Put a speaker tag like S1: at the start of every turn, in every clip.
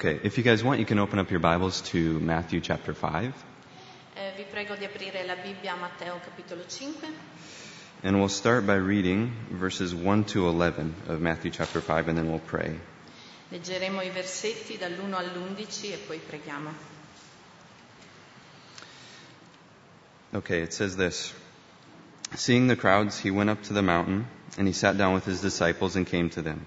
S1: Okay, if you guys want, you can open up your Bibles to Matthew chapter 5,
S2: Eh, vi prego di aprire la Bibbia a Matteo capitolo 5
S1: and we'll start by reading verses 1 to 11 of Matthew chapter 5, and then we'll pray.
S2: Leggeremo i versetti dall'1 all'11 e poi preghiamo.
S1: Okay, it says this Seeing the crowds, he went up to the mountain, and he sat down with his disciples and came to them.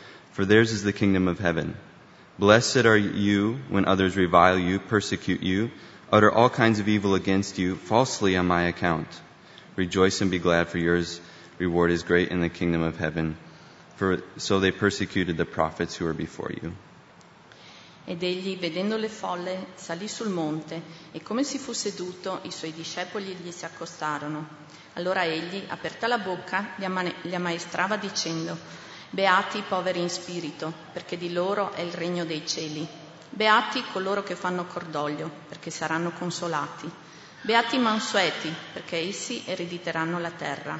S1: for theirs is the kingdom of heaven. Blessed are you when others revile you, persecute you, utter all kinds of evil against you falsely on my account. Rejoice and be glad, for yours reward is great in the kingdom of heaven. For so they persecuted the prophets who were before you.
S2: Ed egli, vedendo le folle, salì sul monte e come si fu seduto, i suoi discepoli gli si accostarono. Allora egli, aperta la bocca, li, ammane- li ammaestrava dicendo, Beati i poveri in spirito, perché di loro è il regno dei cieli. Beati coloro che fanno cordoglio, perché saranno consolati. Beati i mansueti, perché essi erediteranno la terra.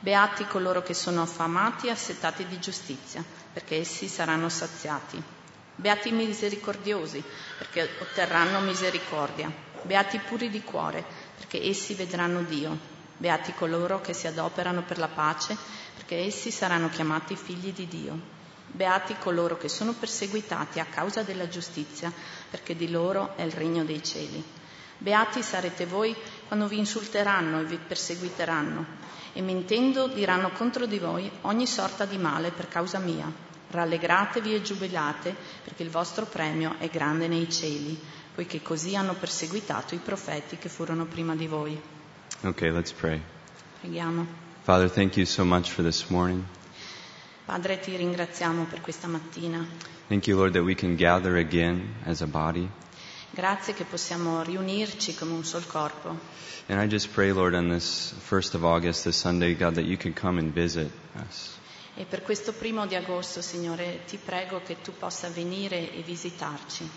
S2: Beati coloro che sono affamati e assetati di giustizia, perché essi saranno saziati. Beati i misericordiosi, perché otterranno misericordia. Beati i puri di cuore, perché essi vedranno Dio. Beati coloro che si adoperano per la pace, perché essi saranno chiamati figli di Dio. Beati coloro che sono perseguitati a causa della giustizia, perché di loro è il regno dei cieli. Beati sarete voi quando vi insulteranno e vi perseguiteranno, e mentendo diranno contro di voi ogni sorta di male per causa mia. Rallegratevi e giubilate, perché il vostro premio è grande nei cieli, poiché così hanno perseguitato i profeti che furono prima di voi.
S1: Okay, let's pray.
S2: Preghiamo.
S1: Father, thank you so much for this morning.
S2: Padre, ti ringraziamo per questa mattina.
S1: Thank you, Lord, that we can gather again as a body.
S2: Grazie che possiamo riunirci come un sol corpo.
S1: And I just pray, Lord, on this 1st of August, this Sunday, God, that you could come and visit us.
S2: E per questo primo di agosto, Signore, ti prego che tu possa venire e visitarci.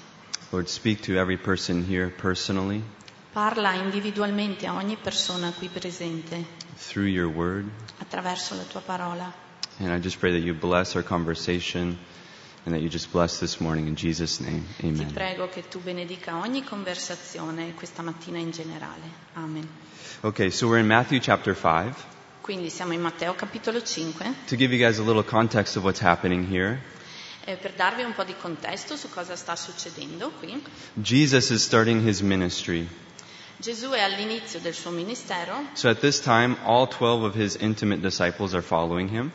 S1: Lord, speak to every person here personally
S2: Parla individualmente a ogni persona qui presente
S1: through your word.
S2: attraverso la tua parola.
S1: And I just pray that you bless our conversation and that you just bless this morning in Jesus' name.
S2: Ti
S1: Amen.
S2: prego che tu benedica ogni conversazione questa mattina in generale. Amen.
S1: Okay, so we're in Matthew chapter 5.
S2: Quindi siamo in Matteo capitolo 5
S1: To give you guys a little context of what's happening here,
S2: eh, per darvi un po' di contesto su cosa sta succedendo qui.
S1: Jesus is starting his ministry.
S2: Gesù è all'inizio del suo ministero,
S1: So at this time, all 12 of his intimate disciples are following him.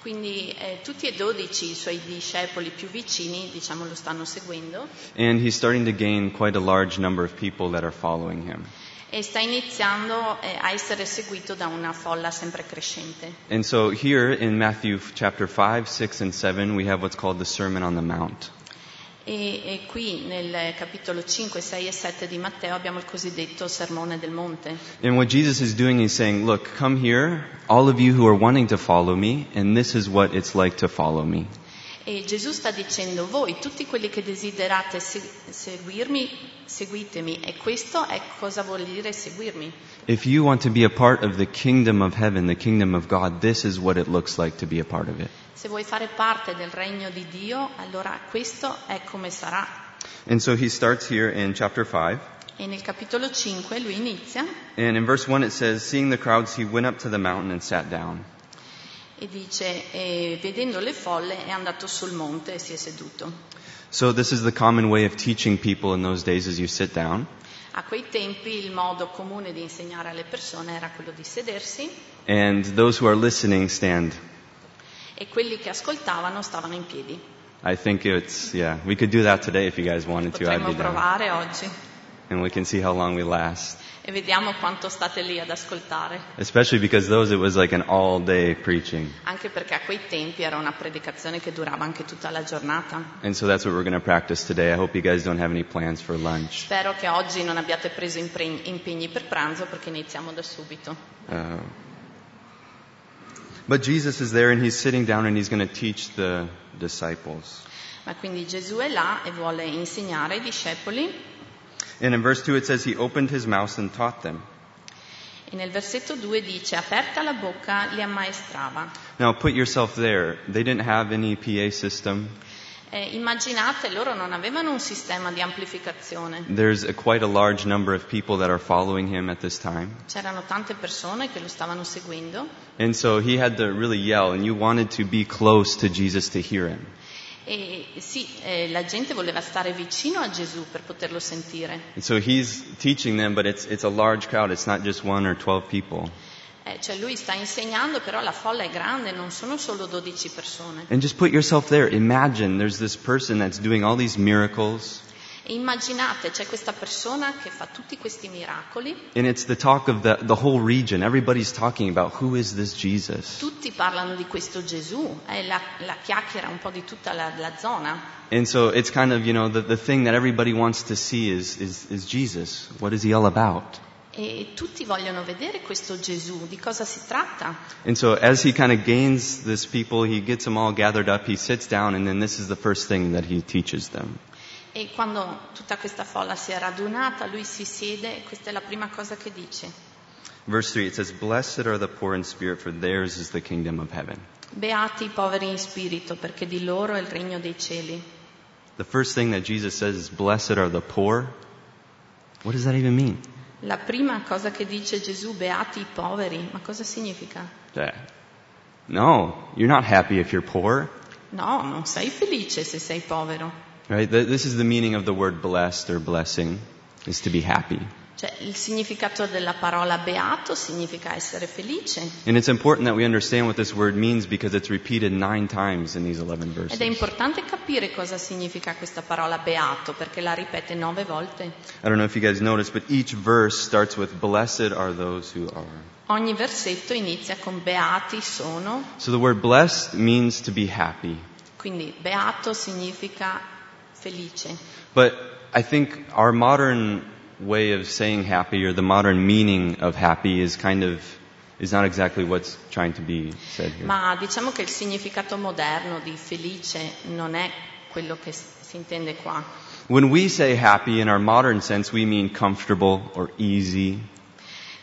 S2: quindi eh, tutti e dodici i suoi discepoli più vicini, diciamo, lo stanno seguendo
S1: And he's starting to gain quite a large number of people that are following him.
S2: e sta iniziando eh, a essere seguito da una folla sempre crescente.
S1: And so here in Matthew f- chapter 5, 6, and 7, we have what's called the Sermon on the Mount.
S2: E, e qui nel capitolo 5, 6 e 7 di Matteo abbiamo il cosiddetto Sermone del Monte.
S1: And what Jesus is doing, he's saying, Look, come here, all of you who are wanting to follow me, and this is what it's like to follow me.
S2: E Gesù sta dicendo, voi tutti quelli che desiderate se- seguirmi, seguitemi. E questo è cosa vuol dire seguirmi.
S1: If you want to be a part of the kingdom of heaven, the kingdom of God, this is what it looks like to be a part of it.
S2: Se vuoi fare parte del regno di Dio, allora questo è come sarà.
S1: And so he starts here in chapter 5.
S2: E nel capitolo 5 lui inizia
S1: And in verse 1 it says, Seeing the crowds, he went up to the mountain and sat down.
S2: e dice, "E vedendo le folle è andato sul monte e si è seduto.
S1: So this is the common way of teaching people in those days is you sit down.
S2: A quei tempi il modo comune di insegnare alle persone era quello di sedersi
S1: And those who are listening stand.
S2: e quelli che ascoltavano stavano in piedi.
S1: I think it's, yeah, we could do that today if you guys wanted to. I'd
S2: Potremmo
S1: be down.
S2: provare oggi
S1: And we can see how long we last.
S2: e E vediamo quanto state lì ad ascoltare,
S1: especially because those, it was like an all day preaching.
S2: anche perché a quei tempi era una predicazione che durava anche tutta la giornata.
S1: And so that's what we're going to practice today. I hope you guys don't have any plans for lunch.
S2: Spero che oggi non abbiate preso impre- impegni per pranzo perché iniziamo da subito.
S1: Uh, but Jesus is there and he's sitting down and he's going to teach the disciples.
S2: Ma quindi Gesù è là e vuole insegnare ai discepoli
S1: And in verse 2, it says, He opened his mouth and taught them.
S2: e nel versetto 2 dice aperta la bocca li ammaestrava.
S1: Now, put yourself there. They didn't have any PA system.
S2: Eh, immaginate, loro non avevano un sistema di amplificazione,
S1: There's a, quite a large number of people that are following him at this time.
S2: c'erano tante persone che lo stavano seguendo
S1: And so he had to really yell, and you wanted to be close to Jesus to hear him.
S2: e sì, eh, la gente voleva stare vicino a Gesù per poterlo sentire.
S1: And so he's teaching them, but it's, it's a large crowd. It's not just one or 12 people.
S2: Eh, cioè lui sta insegnando, però la folla è grande, non sono solo 12 persone.
S1: And just put yourself there. Imagine there's this person that's doing all these miracles,
S2: E immaginate, c'è questa persona che fa tutti questi miracoli,
S1: and it's the talk of the, the whole region. Everybody's talking about who is this Jesus.
S2: tutti parlano di questo Gesù, è la, la chiacchiera un po' di tutta la, la zona.
S1: And so it's kind of, you know, the, the thing that everybody wants to see is, is, is Jesus. What is he all about?
S2: E tutti vogliono vedere questo Gesù, di cosa si tratta?
S1: And so as he kind of gains this people, he gets them all gathered up, he sits down, and then this is the first thing that he teaches them.
S2: E quando tutta questa folla si è radunata, lui si siede e questa è la prima cosa che dice.
S1: Verse 3, it says, Blessed are the poor in spirit, for theirs is the kingdom of heaven.
S2: Beati i poveri in spirito, perché di loro è il regno dei cieli.
S1: The first thing that Jesus says is, Blessed are the poor. What does that even mean?
S2: La prima cosa che dice Gesù, beati i poveri, ma cosa significa?
S1: That. No, you're not happy if you're poor,
S2: No, non sei felice se sei povero.
S1: right? Th- This is the meaning of the word blessed or blessing, is to be happy.
S2: Cioè, il significato della parola beato significa essere felice.
S1: And it's important that we understand what this word means because it's repeated nine times in these 11
S2: Ed è
S1: verses.
S2: importante capire cosa significa questa parola beato, perché la ripete nove volte.
S1: I don't know if you guys noticed, but each verse starts with, Blessed are those who are.
S2: Ogni versetto inizia con beati sono,
S1: So the word blessed means to be happy.
S2: quindi beato significa felice.
S1: But I think our modern way of saying happy or the modern meaning of happy is kind of, is not exactly what's trying to be said here.
S2: Ma diciamo che il significato moderno di felice non è quello che s- si intende qua.
S1: When we say happy in our modern sense, we mean comfortable or easy.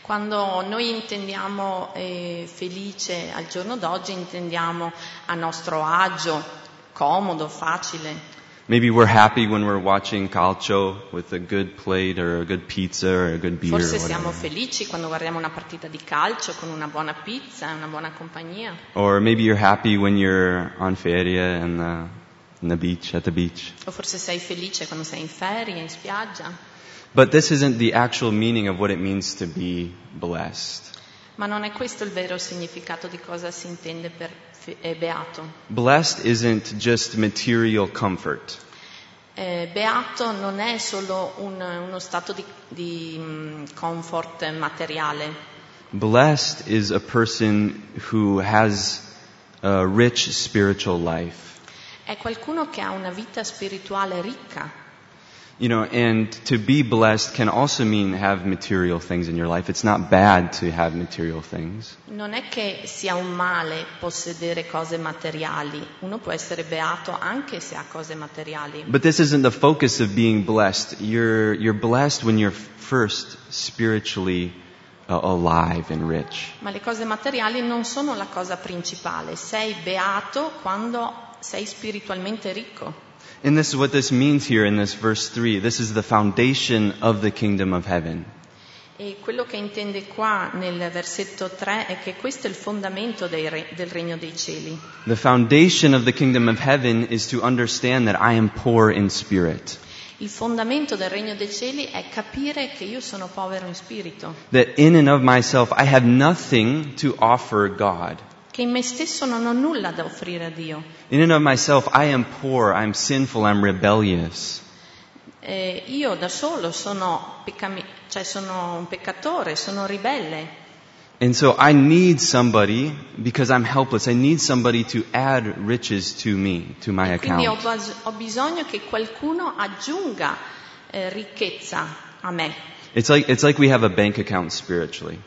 S2: Quando noi intendiamo eh, felice al giorno d'oggi, intendiamo a nostro agio, comodo, facile.
S1: Maybe we're happy when we're watching calcio with a good plate or a good pizza or a good beer or
S2: Forse siamo
S1: whatever.
S2: felici quando guardiamo una partita di calcio con una buona pizza, una buona compagnia.
S1: Or maybe you're happy when you're on feria and the, in the beach, at the beach.
S2: O forse sei felice quando sei in ferie, in spiaggia.
S1: But this isn't the actual meaning of what it means to be blessed.
S2: Ma non è questo il vero significato di cosa si intende per fe- eh, beato.
S1: Blessed isn't just material comfort.
S2: Eh, beato non è solo un- uno stato di, di, mh, comfort materiale,
S1: Blessed is a person who has a rich spiritual life.
S2: è qualcuno che ha una vita spirituale ricca.
S1: You know, and to be blessed can also mean have material things in your life. It's not bad to have material things.
S2: Non è che sia un male possedere cose materiali, uno può essere beato anche se ha cose materiali,
S1: But this isn't the focus of being blessed. You're, you're blessed when you're first spiritually uh, alive and rich.
S2: ma le cose materiali non sono la cosa principale, sei beato quando sei spiritualmente ricco.
S1: And this is what this means here in this verse 3. This is the foundation of the kingdom of heaven.
S2: E quello che intende qua nel versetto 3 è che questo è il fondamento dei re- del regno dei cieli.
S1: The foundation of the kingdom of heaven is to understand that I am poor in spirit.
S2: Il fondamento del regno dei cieli è capire che io sono povero in spirito,
S1: That in and of myself, I have nothing to offer God.
S2: che in me stesso non ho nulla da offrire a Dio.
S1: In and of myself, I am poor, I'm sinful, I'm rebellious.
S2: Eh, eh, io da solo sono, peccami- cioè sono un peccatore, sono ribelle.
S1: And so I need somebody, because I'm helpless, I need somebody to add riches to me, to my
S2: E quindi ho,
S1: account.
S2: bas- ho bisogno che qualcuno aggiunga eh, ricchezza a me.
S1: It's like, it's like we have a bank account spiritually.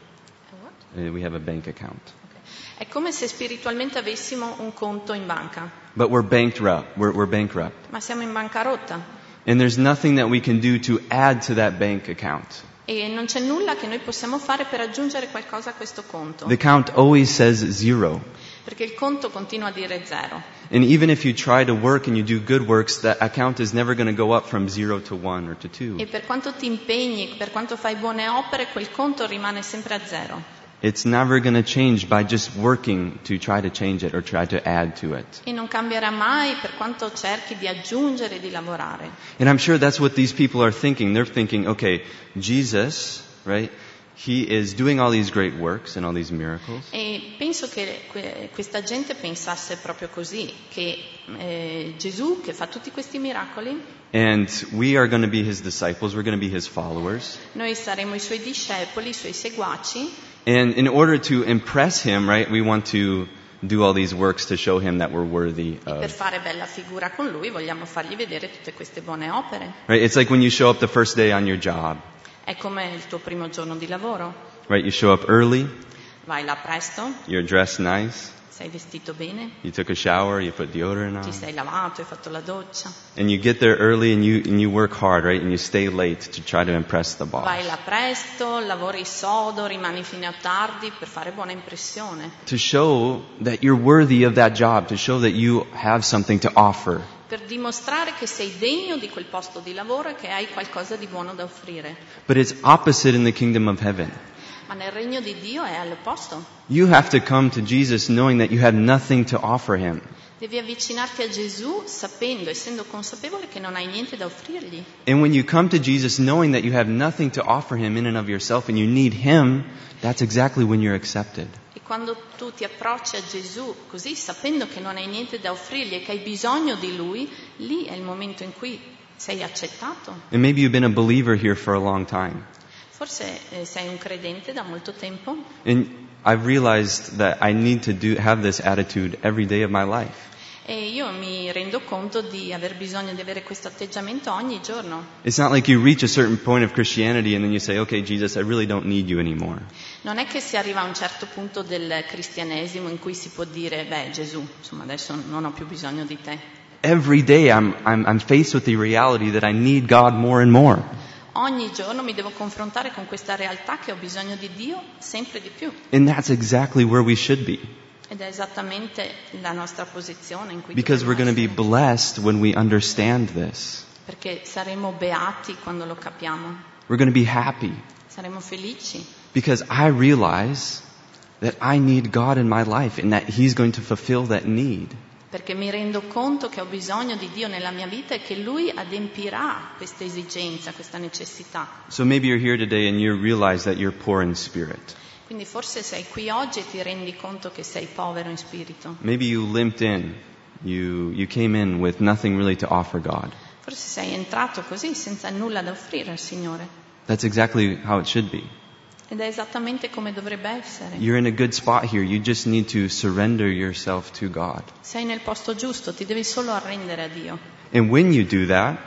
S1: Uh, We have a bank account.
S2: Ok. È come se spiritualmente avessimo un conto in banca,
S1: But we're bankrupt. We're, we're bankrupt.
S2: ma siamo in bancarotta
S1: And there's nothing that we can do to add to that bank account.
S2: e non c'è nulla che noi possiamo fare per aggiungere qualcosa a questo conto,
S1: The count always says zero.
S2: perché il conto continua a dire zero.
S1: And even if you try to work and you do good works, that account is never going to go up from zero to one or to
S2: E
S1: two.
S2: per quanto ti impegni, per quanto fai buone opere, quel conto rimane sempre a zero.
S1: It's never going to change by just working to try to change it or try to add to it.
S2: E non cambierà mai per quanto cerchi di aggiungere e di lavorare.
S1: And I'm sure that's what these people are thinking. They're thinking, okay, Jesus, right? He is doing all these great works and all these miracles.
S2: E penso che que- questa gente pensasse proprio così, che eh, Gesù che fa tutti questi miracoli,
S1: And we are going to be his disciples. We're going to be his followers.
S2: noi saremo i suoi discepoli, i suoi seguaci
S1: And in order to impress him, right, we want to do all these works to show him that we're worthy
S2: e per
S1: of.
S2: fare bella figura con lui vogliamo fargli vedere tutte queste buone opere.
S1: Right? It's like when you show up the first day on your job,
S2: È come il tuo primo giorno di lavoro,
S1: right? You show up early,
S2: vai là presto,
S1: you're dressed nice,
S2: sei vestito bene,
S1: you took a shower, you put deodorant
S2: ti
S1: on,
S2: sei lavato, hai fatto la doccia,
S1: and you get there early and you and you work hard, right? And you stay late to try to impress the boss.
S2: vai là presto, lavori sodo, rimani fino a tardi per fare buona impressione.
S1: To show that you're worthy of that job, to show that you have something to offer.
S2: per dimostrare che sei degno di quel posto di lavoro e che hai qualcosa di buono da offrire.
S1: But it's opposite in the kingdom of heaven.
S2: Ma nel regno di Dio è all'opposto.
S1: You have to come to Jesus knowing that you have nothing to offer him.
S2: Devi avvicinarti a Gesù sapendo, essendo consapevole che non hai niente da offrirgli.
S1: And when you come to Jesus knowing that you have nothing to offer him in and of yourself and you need him, that's exactly when you're accepted.
S2: E quando tu ti approcci a Gesù così, sapendo che non hai niente da offrirgli e che hai bisogno di Lui, lì è il momento in cui sei accettato.
S1: And maybe you've been a believer here for a long time.
S2: Forse eh, sei un credente da molto tempo
S1: And I've realized that I need to do, have this attitude every day of my life.
S2: e io mi rendo conto di aver bisogno di avere questo atteggiamento ogni giorno.
S1: It's not like you reach a certain point of Christianity and then you say, okay, Jesus, I really don't need you anymore.
S2: Non è che si arriva a un certo punto del cristianesimo in cui si può dire, beh Gesù, insomma adesso non ho più bisogno di te.
S1: Every day I'm, I'm, I'm faced with the reality that I need God more and more.
S2: Ogni giorno mi devo confrontare con questa realtà che ho bisogno di Dio sempre di più.
S1: And that's exactly where we should be.
S2: Ed è esattamente la nostra posizione in cui
S1: Because we're going
S2: dobbiamo
S1: to be
S2: essere.
S1: blessed when we understand this.
S2: Perché saremo beati quando lo capiamo,
S1: We're going to be happy
S2: saremo felici,
S1: because I realize that I need God in my life and that He's going to fulfill that need.
S2: perché mi rendo conto che ho bisogno di Dio nella mia vita e che Lui adempirà questa esigenza, questa necessità.
S1: So maybe you're here today and you realize that you're poor in spirit.
S2: Quindi forse sei qui oggi e ti rendi conto che sei povero in spirito.
S1: Maybe you limped in. You, you came in with nothing really to offer God.
S2: Forse sei entrato così senza nulla da offrire al Signore.
S1: That's exactly how it should be.
S2: Ed è esattamente come dovrebbe essere.
S1: You're in a good spot here. You just need to surrender yourself to God.
S2: Sei nel posto giusto, ti devi solo arrendere a Dio.
S1: And when you do that,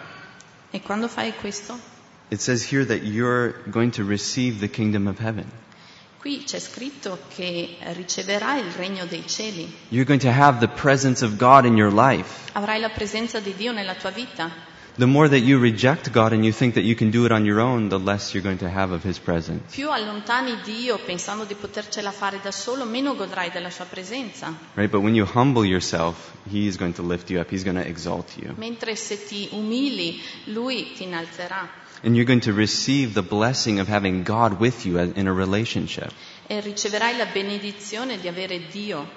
S2: E quando fai questo?
S1: it says here that you're going to receive the kingdom of heaven.
S2: Qui c'è scritto che riceverai il regno dei cieli,
S1: You're going to have the presence of God in your life.
S2: avrai la presenza di Dio nella tua vita.
S1: The more that you reject God and you think that you can do it on your own, the less you're going to have of His presence.
S2: Più allontani Dio pensando di potercela fare da solo, meno godrai della sua presenza.
S1: Right? But when you humble yourself, He is going to lift you up. He's going to exalt you.
S2: Mentre se ti umili, Lui ti innalzerà
S1: And you're going to receive the blessing of having God with you in a relationship.
S2: e riceverai la benedizione di avere Dio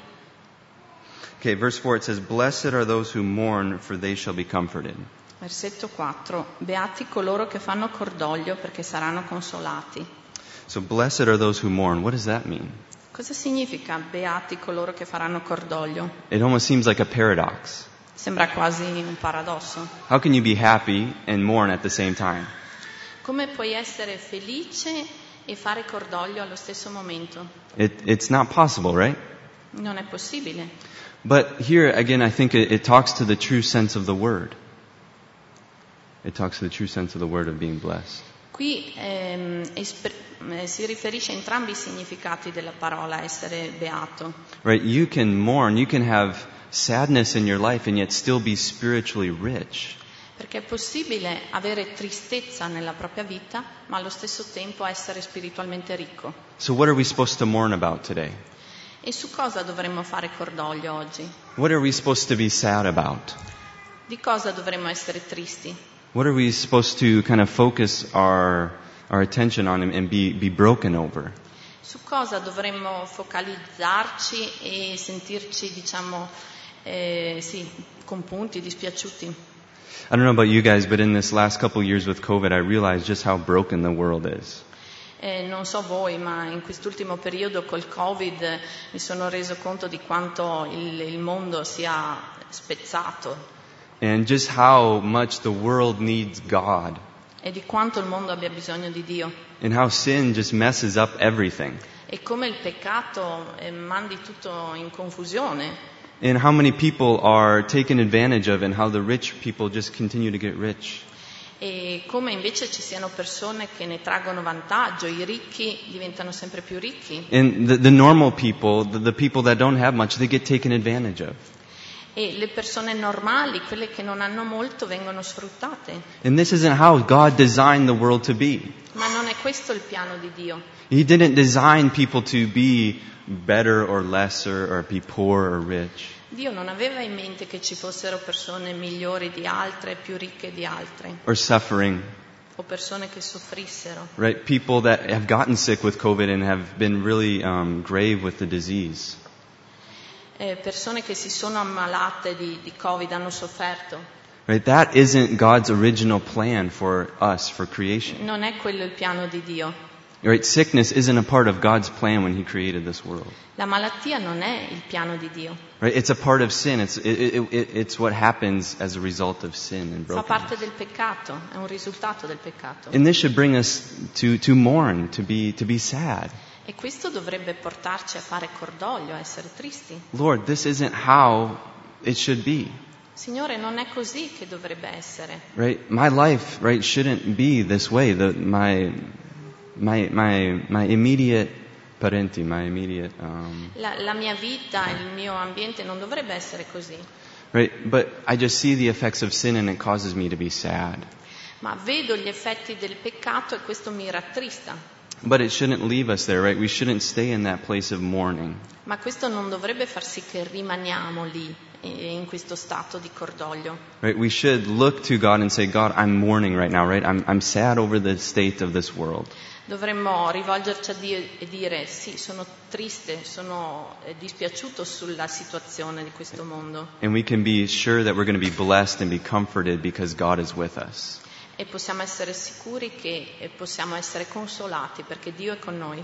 S1: Okay, verse 4 it says, Blessed are those who mourn, for they shall be comforted.
S2: Versetto 4. Beati coloro che fanno cordoglio perché saranno consolati.
S1: So, blessed are those who mourn. What does that mean?
S2: Cosa significa beati coloro che faranno cordoglio?
S1: It almost seems like a paradox.
S2: Sembra quasi un paradosso.
S1: How can you be happy and mourn at the same time?
S2: Come puoi essere felice e fare cordoglio allo stesso momento?
S1: It, it's not possible, right?
S2: Non è possibile.
S1: But here, again, I think it, it talks to the true sense of the word. It talks to the true sense of the word of being blessed.
S2: Qui ehm, espr- eh, si riferisce a entrambi i significati della parola essere beato.
S1: Right? You can mourn, you can have sadness in your life and yet still be spiritually rich.
S2: Perché è possibile avere tristezza nella propria vita, ma allo stesso tempo essere spiritualmente ricco.
S1: So what are we supposed to mourn about today?
S2: E su cosa dovremmo fare cordoglio oggi?
S1: What are we supposed to be sad about?
S2: Di cosa dovremmo essere tristi?
S1: What are we supposed to kind of focus our, our attention on and- and be, be broken over?
S2: Su cosa dovremmo focalizzarci e sentirci, diciamo, eh, sì, compunti, dispiaciuti?
S1: I don't know about you guys, but in this last couple years with COVID, I realized just how broken the world is.
S2: Eh, non so voi, ma in quest'ultimo periodo col Covid eh, mi sono reso conto di quanto il, il mondo sia spezzato
S1: And just how much the world needs God.
S2: e di quanto il mondo abbia bisogno di Dio
S1: And how sin just messes up everything.
S2: e come il peccato eh, mandi tutto in confusione
S1: And how many people are taken advantage of and how the rich people just continue to get rich.
S2: e come invece ci siano persone che ne traggono vantaggio, i ricchi diventano sempre più ricchi
S1: And the, the normal people, the, the people that don't have much, they get taken advantage of.
S2: e le persone normali, quelle che non hanno molto, vengono sfruttate.
S1: And this isn't how God designed the world to be.
S2: Ma non è questo il piano di Dio.
S1: He didn't design people to be better or lesser or be poor or rich.
S2: Dio non aveva in mente che ci fossero persone migliori di altre, più ricche di altre,
S1: or suffering,
S2: o persone che soffrissero,
S1: right? People that have gotten sick with COVID and have been really um, grave with the disease.
S2: eh, persone che si sono ammalate di, di Covid, hanno sofferto.
S1: Right? That isn't God's original plan for us, for creation.
S2: Non è quello il piano di Dio.
S1: Right? Sickness isn't a part of God's plan when He created this world.
S2: La malattia non è il piano di Dio,
S1: Right? It's a part of sin. It's, it, it, it, it's what happens as a result of sin and
S2: fa parte
S1: brokenness.
S2: del peccato, è un risultato del peccato.
S1: And this should bring us to, to mourn, to be, to be sad.
S2: E questo dovrebbe portarci a fare cordoglio, a essere tristi.
S1: Lord, this isn't how it should be.
S2: Signore, non è così che dovrebbe essere.
S1: right my life right shouldn't be this way the my my my my immediate parenti my immediate um,
S2: La, la mia vita, il mio ambiente non dovrebbe essere così.
S1: right but i just see the effects of sin and it causes me to be sad
S2: Ma vedo gli effetti del peccato e questo mi rattrista.
S1: but it shouldn't leave us there right we shouldn't stay in that place of mourning
S2: Ma questo non dovrebbe far sì che rimaniamo lì, eh, in questo stato di cordoglio.
S1: right we should look to god and say god i'm mourning right now right i'm i'm sad over the state of this world
S2: Dovremmo rivolgerci a Dio e dire sì, sono triste, sono eh, dispiaciuto sulla situazione di questo mondo
S1: and we can be sure that we're going to be blessed and be comforted because god is with us
S2: e possiamo essere sicuri che eh, possiamo essere consolati perché Dio è con noi,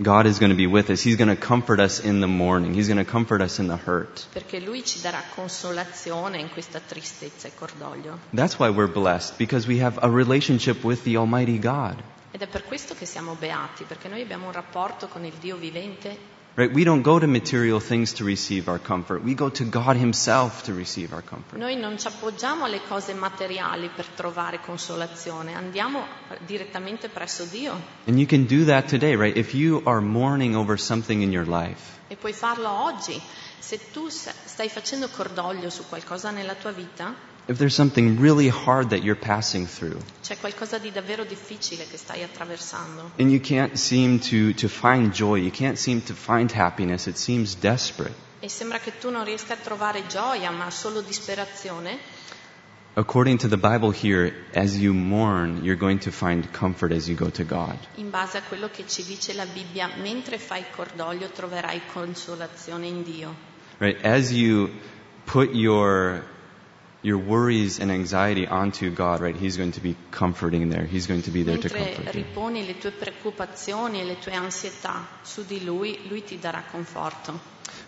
S1: God is going to be with us. He's going to comfort us in the morning. He's going to comfort us in the hurt.
S2: perché Lui ci darà consolazione in questa tristezza e cordoglio.
S1: That's why we're blessed, because we have a relationship with the Almighty God.
S2: Ed è per questo che siamo beati, perché noi abbiamo un rapporto con il Dio vivente
S1: Right? We don't go to material things to receive our comfort. We go to God Himself to receive our comfort.
S2: Noi non ci appoggiamo alle cose materiali per trovare consolazione, andiamo direttamente presso Dio
S1: And you can do that today, right? If you are mourning over something in your life,
S2: e puoi farlo oggi. Se tu s- stai facendo cordoglio su qualcosa nella tua vita,
S1: if there's something really hard that you're passing through,
S2: c'è qualcosa di davvero difficile che stai attraversando
S1: and you can't seem to, to find joy, you can't seem to find happiness, it seems desperate.
S2: e sembra che tu non riesca a trovare gioia ma solo disperazione,
S1: According to the Bible here, as you mourn, you're going to find comfort as you go to God.
S2: in base a quello che ci dice la Bibbia, mentre fai cordoglio troverai consolazione in Dio.
S1: Right? As you put your your worries and anxiety onto God, right? He's going to be comforting there. He's going to be there to
S2: Mentre
S1: comfort you.
S2: riponi le tue preoccupazioni e le tue ansietà su di lui, lui ti darà conforto.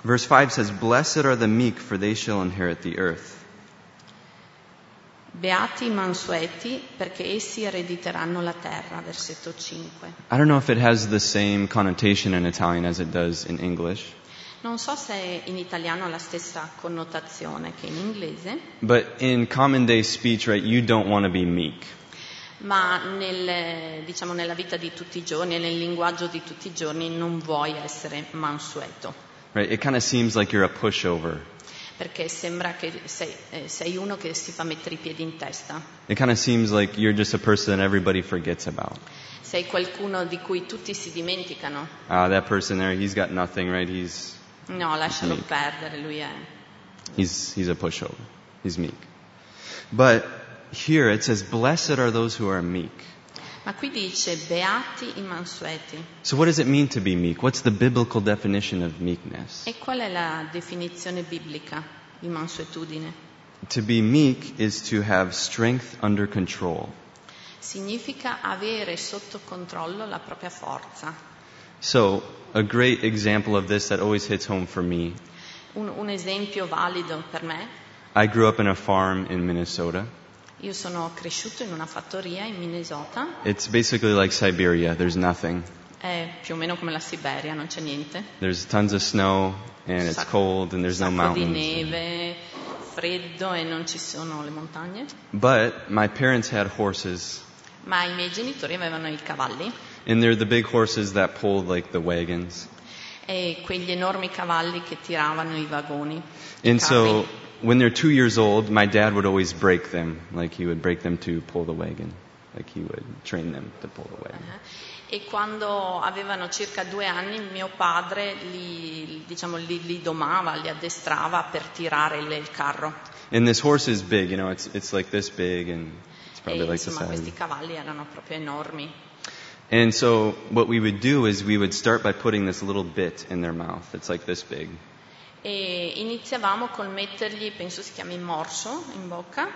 S1: Verse 5 says, "Blessed are the meek, for they shall inherit the earth."
S2: Beati i mansueti perché essi erediteranno la terra, versetto 5.
S1: I don't know if it has the same connotation in Italian as it does in English,
S2: Non so se in italiano ha la stessa connotazione che in inglese,
S1: but in common day speech, right, you don't want to be meek.
S2: ma nel, diciamo, nella vita di tutti i giorni e nel linguaggio di tutti i giorni non vuoi essere mansueto,
S1: Right? It kind of seems like you're a pushover.
S2: perché sembra che sei, eh, sei uno che si fa mettere i piedi in testa,
S1: It kind of seems like you're just a person that everybody forgets about.
S2: sei qualcuno di cui tutti si dimenticano.
S1: Ah, that person there, he's got nothing, right? He's
S2: No, lascialo
S1: Meek.
S2: perdere, lui è
S1: he's he's a pushover. He's meek. But here it says, "Blessed are those who are meek."
S2: Ma qui dice beati i mansueti.
S1: So what does it mean to be meek? What's the biblical definition of meekness?
S2: E qual è la definizione biblica di mansuetudine?
S1: To be meek is to have strength under control.
S2: Significa avere sotto controllo la propria forza.
S1: So, a great example of this that always hits home for me.
S2: Un, un esempio valido per me,
S1: I grew up in a farm in Minnesota.
S2: io sono cresciuto in una fattoria in Minnesota,
S1: It's basically like Siberia. There's nothing.
S2: è più o meno come la Siberia, non c'è niente.
S1: There's tons of snow and it's
S2: Sac-
S1: cold and there's no
S2: sacco di
S1: mountains.
S2: neve, freddo e non ci sono le montagne.
S1: But my parents had horses
S2: Ma i miei genitori avevano i cavalli
S1: and they're the big horses that pulled like the wagons.
S2: e quegli enormi cavalli che tiravano i vagoni. i
S1: And
S2: carri.
S1: so when they're two years old, my dad would always break them. Like he would break them to pull the wagon. Like he would train them to pull the wagon.
S2: eh? E quando avevano circa due anni mio padre li, diciamo, li, li domava, li addestrava per tirare il, il carro.
S1: And this horse is big, you know, it's, it's like this big and it's
S2: E,
S1: probably like the
S2: insomma
S1: size.
S2: questi cavalli erano proprio enormi.
S1: And so what we would do is we would start by putting this little bit in their mouth. It's like this big.
S2: E iniziavamo col mettergli, penso si chiami morso, in bocca,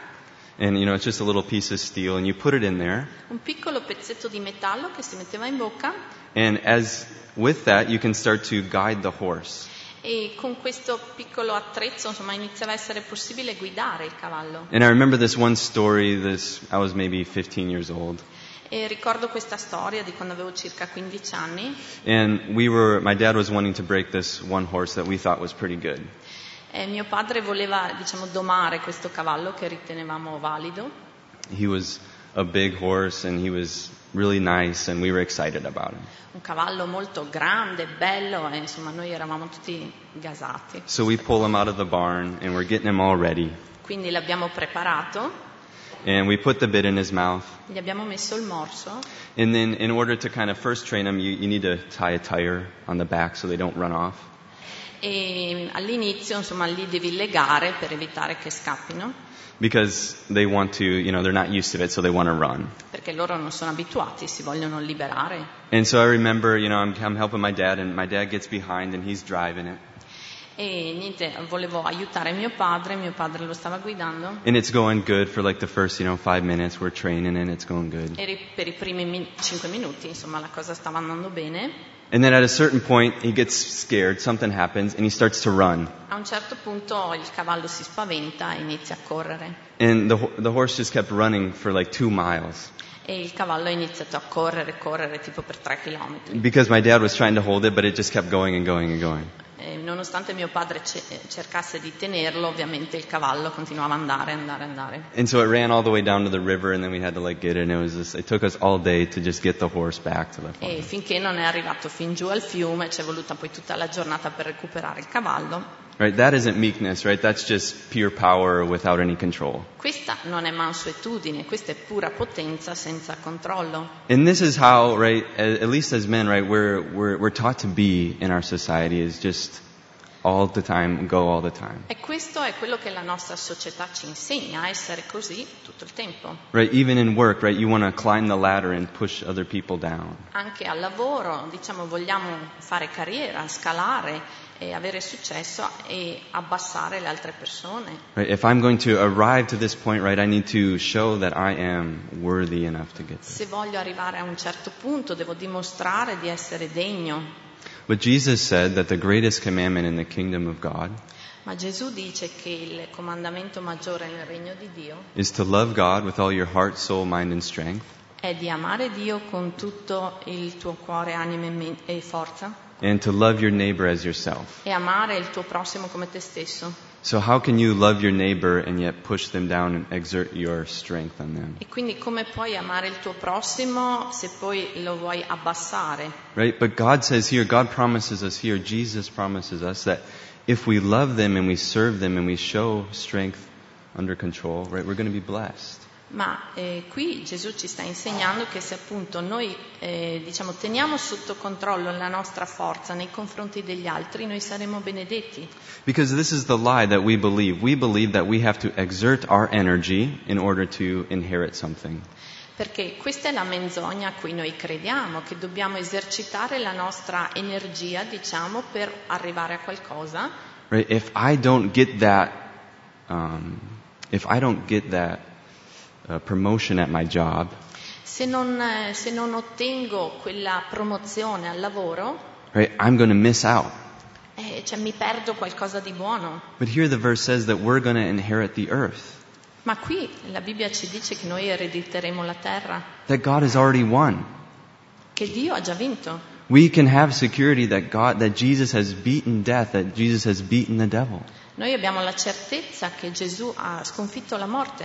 S1: And you know, it's just a little piece of steel and you put it in there.
S2: un piccolo pezzetto di metallo che si metteva in bocca
S1: And as with that, you can start to guide the horse.
S2: e con questo piccolo attrezzo insomma, iniziava a essere possibile guidare il cavallo.
S1: And I remember this one story, this I was maybe 15 years old.
S2: E ricordo questa storia di quando avevo circa 15 anni
S1: And we were my dad was wanting to break this one horse that we thought was pretty good.
S2: Eh, mio padre voleva, diciamo, domare questo cavallo che ritenevamo valido
S1: He was a big horse and he was really nice and we were excited about him.
S2: un cavallo molto grande, bello, e insomma noi eravamo tutti gasati.
S1: So we pull him out of the barn and we're getting him all ready.
S2: Quindi l'abbiamo preparato,
S1: And we put the bit in his mouth.
S2: gli abbiamo messo il morso
S1: And then in order to kind of first train them, you, you need to tie a tire on the back so they don't run off.
S2: e all'inizio, insomma, li devi legare per evitare che scappino,
S1: Because they want to, you know, they're not used to it, so they want to run.
S2: perché loro non sono abituati, si vogliono liberare.
S1: And so I remember, you know, I'm, I'm helping my dad, and my dad gets behind and he's driving it.
S2: E niente, volevo aiutare mio padre, mio padre lo stava guidando
S1: And it's going good for like the first, you know, five minutes. We're training and it's going good.
S2: e ri- per i primi 5 minuti, insomma, la cosa stava andando bene.
S1: And then at a certain point, he gets scared, something happens, and he starts to run.
S2: A un certo punto il cavallo si spaventa e inizia a correre.
S1: And the, ho- the horse just kept running for like two miles.
S2: E il cavallo ha iniziato a correre, correre tipo per tre chilometri.
S1: Because my dad was trying to hold it, but it just kept going and going and going.
S2: E nonostante mio padre ce- cercasse di tenerlo, ovviamente il cavallo continuava ad andare, andare, andare.
S1: And so it ran all the way down to the river, and then we had to like get it. And it was just, it took us all day to just get the horse back to the farm.
S2: E finché non è arrivato fin giù al fiume, c'è voluta poi tutta la giornata per recuperare il cavallo.
S1: Right? That isn't meekness, right? That's just pure power without any control.
S2: Questa non è mansuetudine, questa è pura potenza senza controllo.
S1: And this is how, right? a- At least as men, right? We're we're we're taught to be in our society is just all the time, go all the time,
S2: E questo è quello che la nostra società ci insegna, essere così tutto il tempo.
S1: right? Even in work, right? You want to climb the ladder and push other people down.
S2: anche al lavoro, diciamo, vogliamo fare carriera, scalare e avere successo e abbassare le altre persone.
S1: Right? If I'm going to arrive to this point, right, I need to show that I am worthy enough to get there.
S2: Se voglio arrivare a un certo punto devo dimostrare di essere degno.
S1: But Jesus said that the greatest commandment in the kingdom of God
S2: Ma Gesù dice che il comandamento maggiore nel regno di Dio
S1: is to love God with all your heart, soul, mind, and strength,
S2: è di amare Dio con tutto il tuo cuore, anima e men- e forza
S1: and to love your neighbor as yourself.
S2: e amare il tuo prossimo come te stesso.
S1: So, how can you love your neighbor and yet push them down and exert your strength on them?
S2: E quindi come puoi amare il tuo prossimo se poi lo vuoi abbassare?
S1: Right? But God says here, God promises us here, Jesus promises us that if we love them and we serve them and we show strength under control, right, we're going to be blessed.
S2: Ma eh, qui Gesù ci sta insegnando che se appunto noi eh, diciamo, teniamo sotto controllo la nostra forza nei confronti degli altri, noi saremo benedetti.
S1: Because this is the lie that we believe. We believe that we have to exert our energy in order to inherit something.
S2: Perché questa è la menzogna a cui noi crediamo, che dobbiamo esercitare la nostra energia, diciamo, per arrivare a qualcosa.
S1: Right? If I don't get that, um, if I don't get that uh, promotion at my job,
S2: Se non, eh, se non ottengo quella promozione al lavoro,
S1: right, I'm going to miss out.
S2: eh, cioè, mi perdo qualcosa di buono.
S1: But here the verse says that we're going to inherit the earth.
S2: Ma qui la Bibbia ci dice che noi erediteremo la terra,
S1: That God has already won.
S2: che Dio ha già vinto.
S1: We can have security that God, that Jesus has beaten death, that Jesus has beaten the devil.
S2: Noi abbiamo la certezza che Gesù ha sconfitto la morte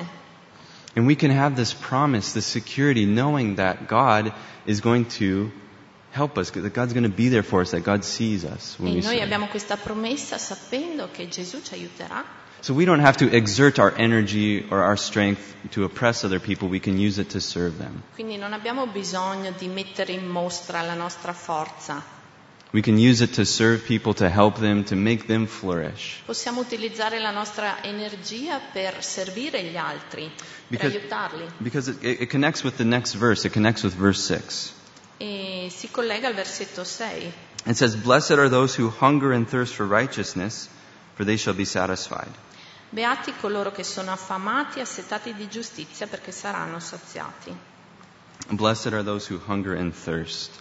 S1: And we can have this promise, this security, knowing that God is going to help us, that God's going to be there for us, that God sees us when
S2: e
S1: we
S2: noi
S1: sin.
S2: abbiamo questa promessa sapendo che Gesù ci aiuterà.
S1: So we don't have to exert our energy or our strength to oppress other people. We can use it to serve them.
S2: Quindi non abbiamo bisogno di mettere in mostra la nostra forza,
S1: We can use it to serve people, to help them, to make them flourish.
S2: possiamo utilizzare la nostra energia per servire gli altri, per
S1: Because-
S2: aiutarli.
S1: Because it, it it connects with the next verse. It connects with verse 6.
S2: E si collega al versetto 6.
S1: It says, Blessed are those who hunger and thirst for righteousness, for they shall be satisfied.
S2: Beati coloro che sono affamati e assetati di giustizia perché saranno saziati.
S1: Blessed are those who hunger and thirst.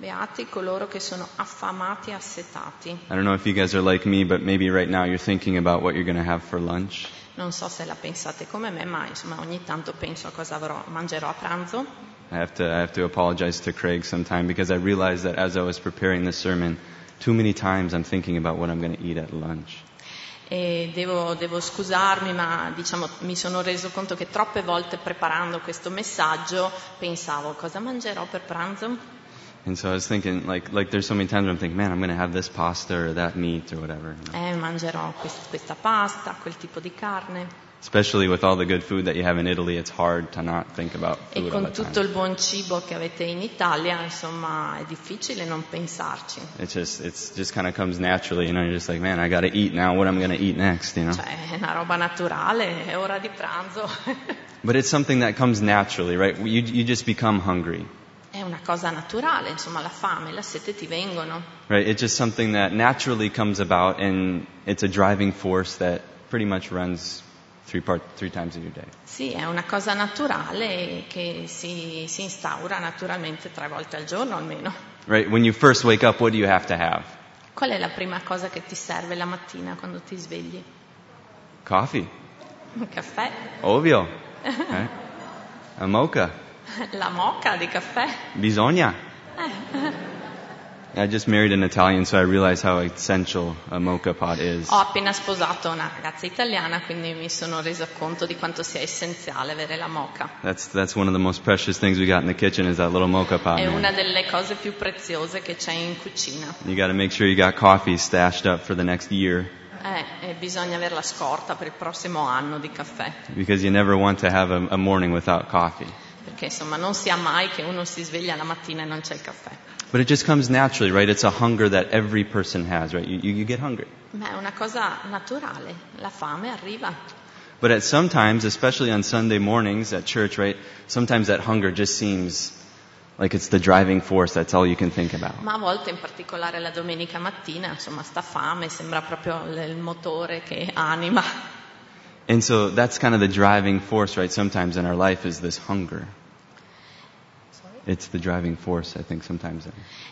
S2: Beati coloro che sono affamati e assetati.
S1: I don't know if you guys are like me, but maybe right now you're thinking about what you're going to have for lunch.
S2: Non so se la pensate come me, ma insomma ogni tanto penso a cosa avrò, mangerò a pranzo.
S1: I have to, I have to apologize to Craig sometime because I realized that as I was preparing this sermon, too many times I'm thinking about what I'm going to eat at lunch.
S2: E devo, devo scusarmi, ma diciamo, mi sono reso conto che troppe volte preparando questo messaggio pensavo cosa mangerò per pranzo.
S1: And so I was thinking, like, like there's so many times I'm thinking, man, I'm going to have this pasta or that meat or whatever. you know.
S2: Eh, mangerò quest- questa pasta, quel tipo di carne.
S1: Especially with all the good food that you have in Italy, it's hard to not think about
S2: E
S1: food all the
S2: con tutto
S1: time.
S2: il buon cibo che avete in Italia, insomma, è difficile non pensarci.
S1: It just, it's just kind of comes naturally, you know. You're just like, man, I got to eat now. What I'm going to eat next, you know?
S2: Cioè, è una roba naturale, è ora di pranzo.
S1: But it's something that comes naturally, right? You, you just become hungry,
S2: è una cosa naturale, insomma, la fame, la sete ti vengono.
S1: right? It's just something that naturally comes about, and it's a driving force that pretty much runs three part three times in your day.
S2: Sì, è una cosa naturale che si, si instaura naturalmente tre volte al giorno almeno.
S1: Right? When you first wake up, what do you have to have?
S2: Qual è la prima cosa che ti serve la mattina quando ti svegli?
S1: Coffee,
S2: Un caffè,
S1: ovvio, right? a mocha,
S2: la moca di caffè.
S1: bisogna. I just married an Italian, so I realize how essential a mocha pot is.
S2: Ho appena sposato una ragazza italiana, quindi mi sono resa conto di quanto sia essenziale avere la moca.
S1: That's that's one of the most precious things we got in the kitchen is that little mocha pot.
S2: È
S1: man.
S2: una delle cose più preziose che c'è in cucina.
S1: You got to make sure you got coffee stashed up for the next year
S2: Eh, e bisogna avere la scorta per il prossimo anno di caffè,
S1: because you never want to have a, a morning without coffee.
S2: perché insomma non sia mai che uno si sveglia la mattina e non c'è il caffè.
S1: But it just comes naturally, right? It's a hunger that every person has, right? You, you, you get hungry.
S2: Ma è una cosa naturale, la fame arriva.
S1: But at sometimes, especially on Sunday mornings at church, right? Sometimes that hunger just seems like it's the driving force. That's all you can think about.
S2: Ma a volte, in particolare la domenica mattina, insomma, sta fame sembra proprio l- il motore che anima.
S1: And so that's kind of the driving force, right? Sometimes in our life is this hunger. it's the driving force, I think, sometimes.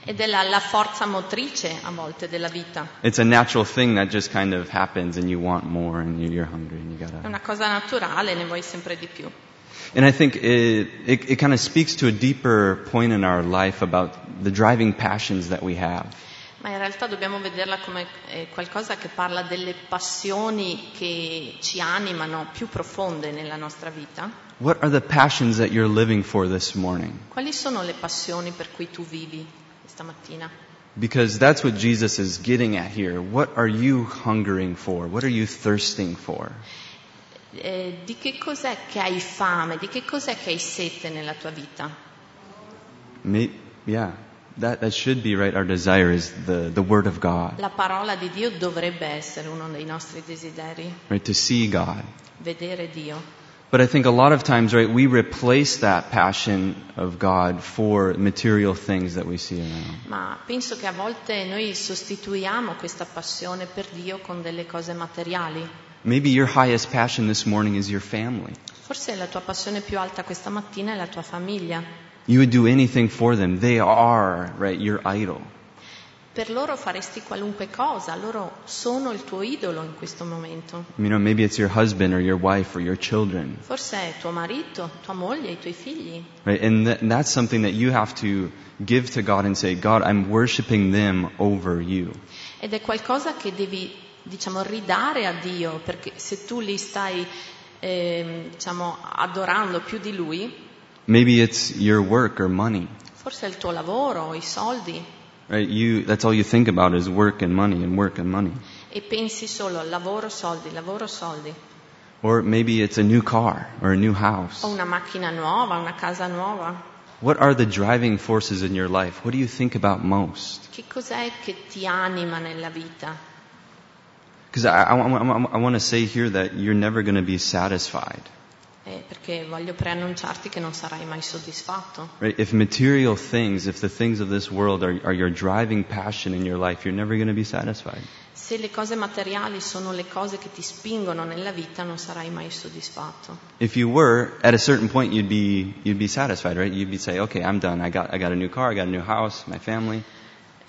S2: ed è la, la forza motrice a volte della vita.
S1: It's a natural thing that just kind of happens and you want more and you- you're hungry and you
S2: È
S1: gotta.
S2: una cosa naturale, ne vuoi sempre di più.
S1: And I think it, it, it kind of speaks to a deeper point in our life about the driving passions that we have.
S2: Ma in realtà dobbiamo vederla come eh, qualcosa che parla delle passioni che ci animano più profonde nella nostra vita.
S1: What are the passions that you're living for this morning?
S2: Quali sono le passioni per cui tu vivi questa mattina?
S1: Because that's what Jesus is getting at here. What are you hungering for? What are you thirsting for?
S2: Eh, di che cos'è che hai fame? Di che cos'è che hai sete nella tua vita?
S1: May, yeah, that, that should be right. Our desire is the, the Word of God,
S2: La parola di Dio dovrebbe essere uno dei nostri desideri,
S1: right? To see God.
S2: vedere Dio.
S1: But I think a lot of times, right, we replace that passion of God for material things that we see around.
S2: Ma penso che a volte noi sostituiamo questa passione per Dio con delle cose materiali.
S1: Maybe your highest passion this morning is your family.
S2: Forse la tua passione più alta questa mattina è la tua famiglia.
S1: You would do anything for them. They are, right, your idol.
S2: Per loro faresti qualunque cosa, loro sono il tuo idolo in questo momento.
S1: You know, maybe it's your husband or your wife or your children,
S2: Forse è tuo marito, tua moglie, i tuoi figli.
S1: right? And, th- and that's something that you have to give to God and say, God, I'm worshiping them over you.
S2: Ed è qualcosa che devi, diciamo, ridare a Dio, perché se tu li stai, ehm, diciamo, adorando più di Lui,
S1: Maybe it's your work or money,
S2: forse è il tuo lavoro, i soldi,
S1: right? You, that's all you think about is work and money and work and money.
S2: e pensi solo al lavoro, soldi, lavoro, soldi.
S1: Or maybe it's a new car or a new house.
S2: Ho una macchina nuova, una casa nuova.
S1: What are the driving forces in your life? What do you think about most?
S2: Che cos'è che ti anima nella vita?
S1: Because I, I, want to say here that you're never going to be satisfied.
S2: Eh, perché voglio preannunciarti che non sarai mai soddisfatto.
S1: Right? If material things, if the things of this world are, are your driving passion in your life, you're never going to be satisfied.
S2: Se le cose materiali sono le cose che ti spingono nella vita, non sarai mai soddisfatto.
S1: If you were, at a certain point, you'd be, you'd be satisfied, right? You'd be say, okay, I'm done. I got, I got a new car. I got a new house, my family.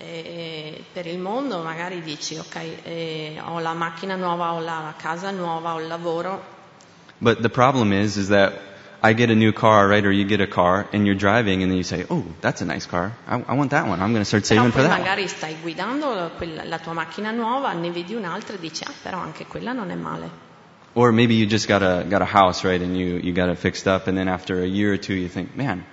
S2: Eh, per il mondo magari dici, ok, eh, ho la macchina nuova, ho la casa nuova, ho il lavoro,
S1: But the problem is, is that I get a new car, right? Or you get a car and you're driving and then you say, oh, that's a nice car. I, I want that one. I'm going to start
S2: però
S1: saving for
S2: poi
S1: that one.
S2: magari stai guidando la, quella- la tua macchina nuova, ne vedi un'altra e dici, ah però anche quella non è male.
S1: Or maybe you just got a got a house, right, and you, you got it fixed up, and then after a year or two, you think, man.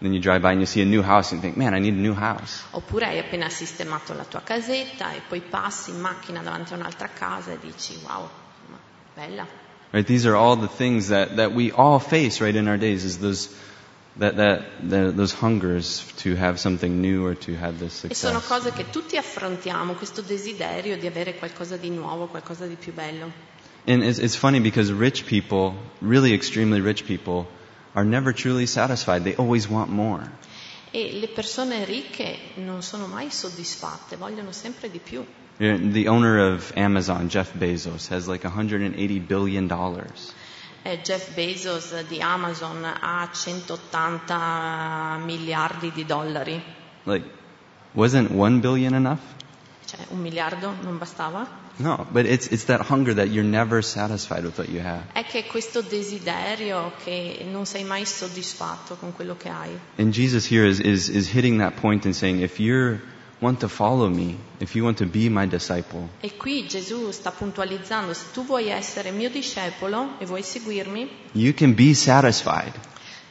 S1: Then you drive by and you see a new house, and you think, man, I need a new house.
S2: Oppure hai appena sistemato la tua casetta e poi passi in macchina davanti a un'altra casa e dici, wow, ma bella.
S1: Right? These are all the things that, that we all face, right, in our days. Is those that, that, the those hungers to have something new or to have this
S2: E sono
S1: success.
S2: cose che tutti affrontiamo, questo desiderio di avere qualcosa di nuovo, qualcosa di più bello.
S1: And it's, it's funny because rich people, really extremely rich people, are never truly satisfied. They always want more.
S2: E le persone ricche non sono mai soddisfatte, vogliono sempre di più.
S1: Yeah, The owner of Amazon, Jeff Bezos, has like 180 billion dollars.
S2: Eh, Jeff Bezos di Amazon ha 180 miliardi di dollari.
S1: Like, wasn't one billion enough?
S2: Cioè, un miliardo non bastava?
S1: No, but it's it's that hunger that you're never satisfied with what you have,
S2: È che questo desiderio che non sei mai soddisfatto con quello che hai.
S1: and Jesus here is is is hitting that point and saying, if you want to follow me, if you want to be my disciple,
S2: E qui Gesù sta puntualizzando, se tu vuoi essere mio discepolo e vuoi seguirmi,
S1: you can be satisfied,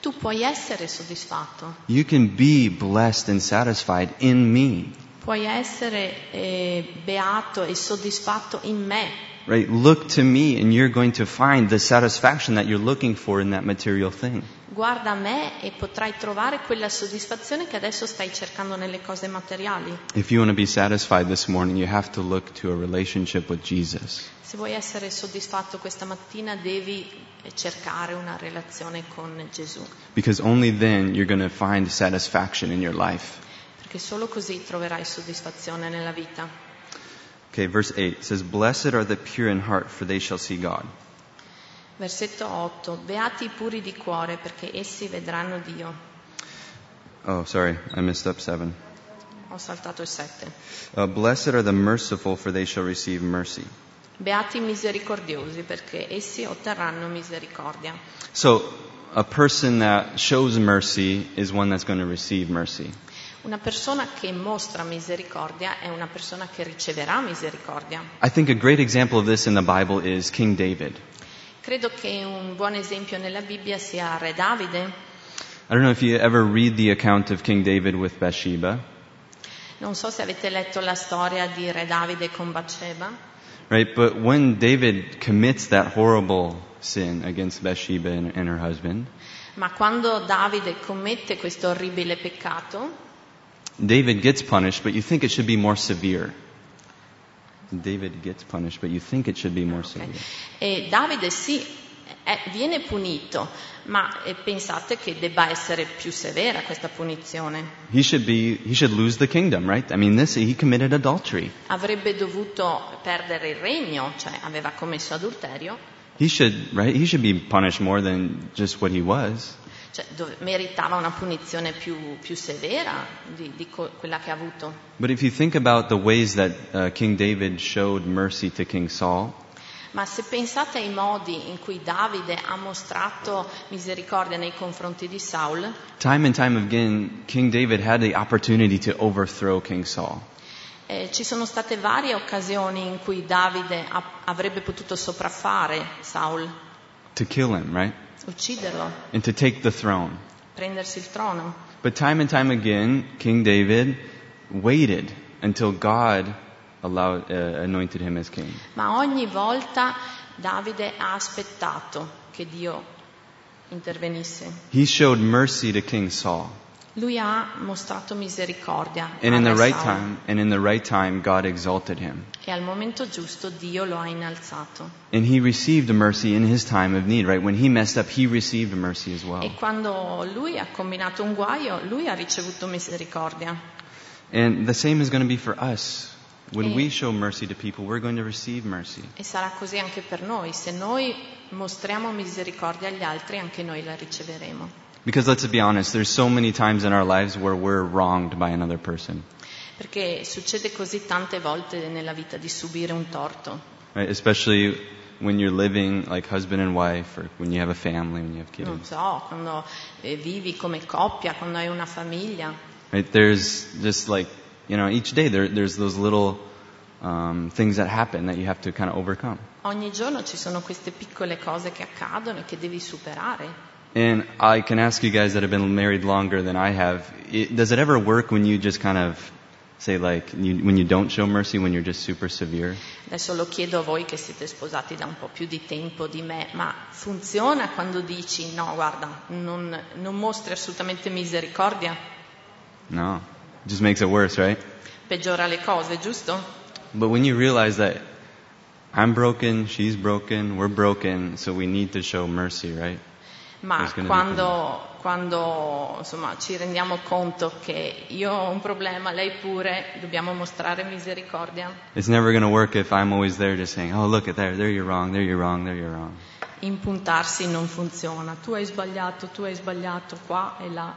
S2: tu puoi essere soddisfatto,
S1: you can be blessed and satisfied in me,
S2: puoi essere eh, beato e soddisfatto in me.
S1: right? Look to me, and you're going to find the satisfaction that you're looking for in that material thing.
S2: Guarda a me e potrai trovare quella soddisfazione che adesso stai cercando nelle cose materiali.
S1: If you want to be satisfied this morning, you have to look to a relationship with Jesus.
S2: Se vuoi essere soddisfatto questa mattina devi eh, cercare una relazione con Gesù,
S1: Because only then you're going to find satisfaction in your life.
S2: perché solo così troverai soddisfazione nella vita.
S1: Okay, verse 8 says, Blessed are the pure in heart, for they shall see God.
S2: Versetto 8. Beati i puri di cuore perché essi vedranno Dio.
S1: Oh, sorry, I missed up seven.
S2: Ho saltato il 7.
S1: Uh, Blessed are the merciful, for they shall receive mercy.
S2: Beati i misericordiosi, perché essi otterranno misericordia.
S1: So, a person that shows mercy is one that's going to receive mercy.
S2: Una persona che mostra misericordia è una persona che riceverà misericordia.
S1: I think a great example of this in the Bible is King David.
S2: Credo che un buon esempio nella Bibbia sia Re Davide.
S1: I don't know if you ever read the account of King David with Bathsheba,
S2: Non so se avete letto la storia di Re Davide con Bathsheba.
S1: right? But when David commits that horrible sin against Bathsheba and, and her husband,
S2: Ma quando Davide commette questo orribile peccato,
S1: David gets punished, but you think it should be more severe. David gets punished, but you think it should be more severe.
S2: e Davide sì, è- viene punito, ma eh, pensate che debba essere più severa questa punizione.
S1: He should be he should lose the kingdom, right? I mean, this he committed adultery.
S2: Avrebbe dovuto perdere il regno, cioè aveva commesso adulterio,
S1: He should right? He should be punished more than just what he was.
S2: cioè dove- meritava una punizione più, più severa di, di co- quella che ha avuto.
S1: But if you think about the ways that uh, King David showed mercy to King Saul,
S2: Ma se pensate ai modi in cui Davide ha mostrato misericordia nei confronti di Saul,
S1: time and time again, King David had the opportunity to overthrow King Saul.
S2: eh, ci sono state varie occasioni in cui Davide ha- avrebbe potuto sopraffare Saul,
S1: to kill him, right?
S2: ucciderlo,
S1: And to take the throne.
S2: prendersi il trono.
S1: But time and time again, King David waited until God allowed, uh, anointed him as king.
S2: Ma ogni volta Davide ha aspettato che Dio intervenisse.
S1: He showed mercy to King Saul.
S2: Lui ha mostrato misericordia.
S1: And in the
S2: a Re
S1: right
S2: Saul
S1: time, and in the right time, God exalted him.
S2: E al momento giusto Dio lo ha innalzato.
S1: And he received mercy in his time of need, right? When he messed up, he received mercy as well.
S2: E quando lui ha combinato un guaio, lui ha ricevuto misericordia.
S1: And the same is going to be for us. When
S2: Eh.
S1: we show mercy to people, we're going to receive mercy.
S2: E sarà così anche per noi. Se noi mostriamo misericordia agli altri, anche noi la riceveremo.
S1: Because let's be honest, there's so many times in our lives where we're wronged by another person.
S2: Perché succede così tante volte nella vita di subire un torto.
S1: right? Especially when you're living like husband and wife, or when you have a family, when you have kids.
S2: Non so, quando eh, vivi come coppia, quando hai una famiglia.
S1: Right? There's just like you know, each day there, there's those little um, things that happen that you have to kind of overcome.
S2: Ogni giorno ci sono queste piccole cose che accadono e che devi superare.
S1: And I can ask you guys that have been married longer than I have. It, does it ever work when you just kind of say like you, when you don't show mercy when you're just super severe?
S2: Adesso lo chiedo a voi che siete sposati da un po' più di tempo di me, ma funziona quando dici no, guarda, non, non mostri assolutamente misericordia?
S1: No, it just makes it worse, right?
S2: Peggiora le cose, giusto?
S1: But when you realize that I'm broken, she's broken, we're broken, so we need to show mercy, right?
S2: Ma
S1: It's gonna be
S2: quando, quando, insomma, ci rendiamo conto che io ho un problema, lei pure, dobbiamo mostrare misericordia.
S1: It's never going to work if I'm always there just saying, oh, look at there, there you're wrong, there you're wrong, there you're wrong.
S2: Impuntarsi non funziona, tu hai sbagliato, tu hai sbagliato qua e là.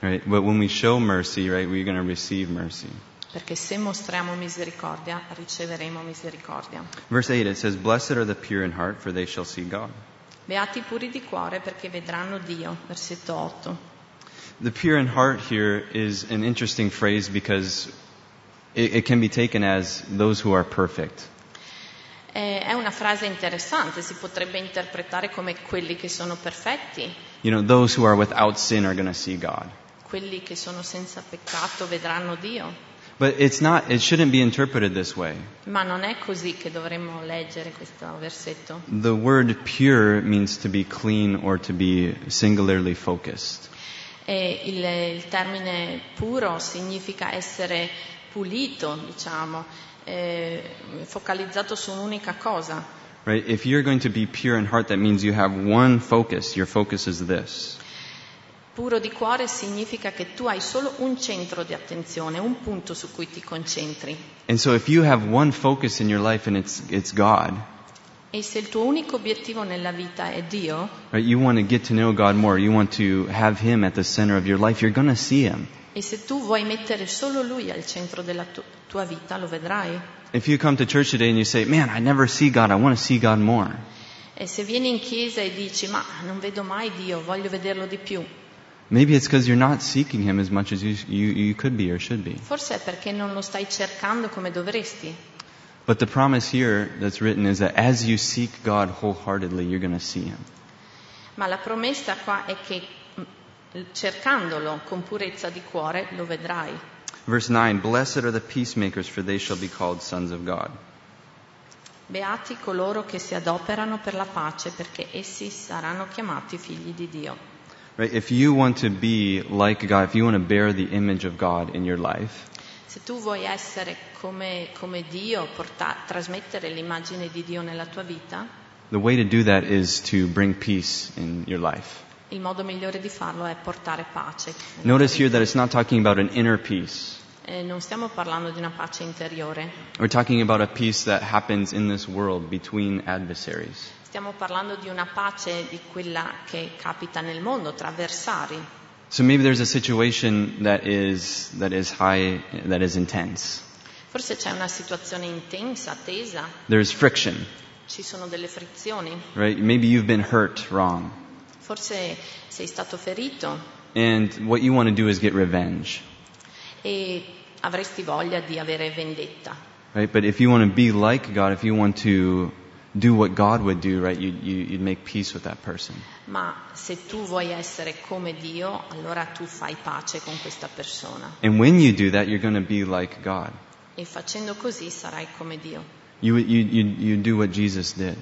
S1: Right? But when we show mercy, right, we're going to receive mercy.
S2: Perché se mostriamo misericordia, riceveremo misericordia.
S1: Verse 8, it says, Blessed are the pure in heart, for they shall see God.
S2: Beati i puri di cuore perché vedranno Dio. Versetto 8.
S1: The pure in heart here is an interesting phrase because it, it can be taken as those who are perfect.
S2: Eh, è una frase interessante, si potrebbe interpretare come quelli che sono perfetti,
S1: You know, those who are without sin are going to see God.
S2: quelli che sono senza peccato vedranno Dio.
S1: But it's not, it shouldn't be interpreted this way.
S2: Ma non è così che dovremmo leggere questo versetto.
S1: The word pure means to be clean or to be singularly focused.
S2: E il, il termine puro significa essere pulito, diciamo, eh, focalizzato su un'unica cosa.
S1: Right? If you're going to be pure in heart, that means you have one focus. Your focus is this.
S2: Puro di cuore significa che tu hai solo un centro di attenzione, un punto su cui ti concentri.
S1: And so if you have one focus in your life and it's, it's God,
S2: E se il tuo unico obiettivo nella vita è Dio,
S1: Right? You want to get to know God more. You want to have Him at the center of your life. You're going to see Him.
S2: e se tu vuoi mettere solo Lui al centro della tu- tua vita, lo vedrai.
S1: If you come to church today and you say, Man, I never see God. I want to see God more.
S2: E se vieni in chiesa e dici, ma non vedo mai Dio, voglio vederlo di più,
S1: Maybe it's because you're not seeking Him as much as you, you, you could be or should be.
S2: forse è perché non lo stai cercando come dovresti.
S1: But the promise here that's written is that as you seek God wholeheartedly, you're going to see Him.
S2: Ma la promessa qua è che mh, cercandolo con purezza di cuore lo vedrai.
S1: Verse 9 Blessed are the peacemakers, for they shall be called sons of God.
S2: Beati coloro che si adoperano per la pace, perché essi saranno chiamati figli di Dio.
S1: Right? If you want to be like God, if you want to bear the image of God in your life,
S2: Se tu vuoi essere come, come Dio, porta- trasmettere l'immagine di Dio nella tua vita,
S1: the way to do that is to bring peace in your life.
S2: il modo migliore di farlo è portare pace.
S1: Notice here that it's not talking about an inner peace.
S2: Eh, non stiamo parlando di una pace interiore,
S1: We're talking about a peace that happens in this world between adversaries.
S2: stiamo parlando di una pace di quella che capita nel mondo tra avversari.
S1: So maybe there's a situation that is, that is high, that is intense.
S2: Forse c'è una situazione intensa, tesa,
S1: There's friction,
S2: ci sono delle frizioni,
S1: right? Maybe you've been hurt wrong.
S2: forse sei stato ferito
S1: And what you want to do is get revenge,
S2: e avresti voglia di avere vendetta.
S1: right? But if you want to be like God, if you want to do what God would do, right, you, you, you'd make peace with that person.
S2: Ma se tu vuoi essere come Dio, allora tu fai pace con questa persona
S1: And when you do that, you're going to be like God.
S2: e facendo così sarai come Dio.
S1: You, you, you, you do what Jesus did,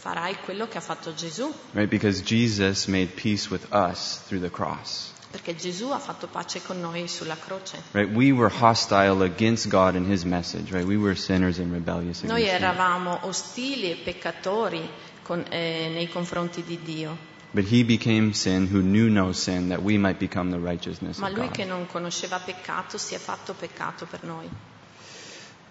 S2: Farai quello che ha fatto Gesù,
S1: right? Because Jesus made peace with us through the cross,
S2: perché Gesù ha fatto pace con noi sulla croce.
S1: right? We were hostile against God and His message, right? We were sinners and rebellious
S2: Noi
S1: against Him.
S2: eravamo ostili e peccatori con- eh, nei confronti di Dio,
S1: But He became sin who knew no sin that we might become the righteousness
S2: ma
S1: of
S2: lui che
S1: God.
S2: non conosceva peccato si è fatto peccato per noi,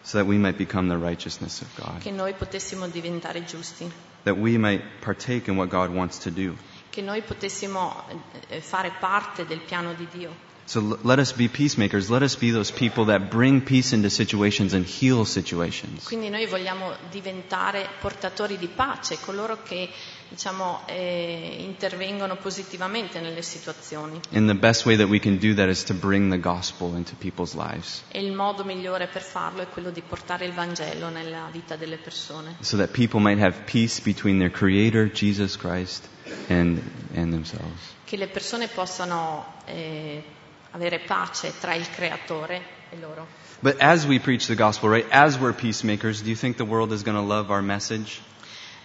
S1: So that we might become the righteousness of God.
S2: che noi potessimo diventare giusti,
S1: that we might partake in what God wants to do.
S2: che noi potessimo eh, fare parte del piano di Dio.
S1: So l- let us be peacemakers. Let us be those people that bring peace into situations and heal situations.
S2: Quindi noi vogliamo diventare portatori di pace, coloro che diciamo, eh, intervengono positivamente nelle situazioni.
S1: And the best way that we can do that is to bring the gospel into people's lives
S2: E il modo migliore per farlo è quello di portare il Vangelo nella vita delle persone,
S1: so that people might have peace between their creator, Jesus Christ, and, and themselves.
S2: che le persone possano eh, avere pace tra il Creatore e loro.
S1: But as we preach the gospel, right, as we're peacemakers, do you think the world is going to love our message?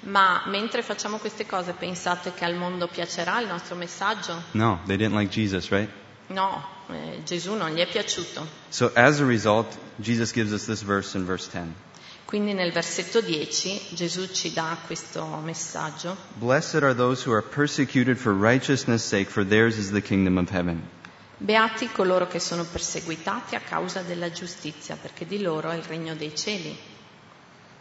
S2: Ma mentre facciamo queste cose pensate che al mondo piacerà il nostro messaggio?
S1: No, they didn't like Jesus, right?
S2: No, eh, Gesù non gli è piaciuto.
S1: So as a result, Jesus gives us this verse in verse 10.
S2: Quindi nel versetto 10 Gesù ci dà questo messaggio.
S1: Blessed are those who are persecuted for righteousness' sake, for theirs is the kingdom of heaven.
S2: Beati coloro che sono perseguitati a causa della giustizia, perché di loro è il regno dei cieli.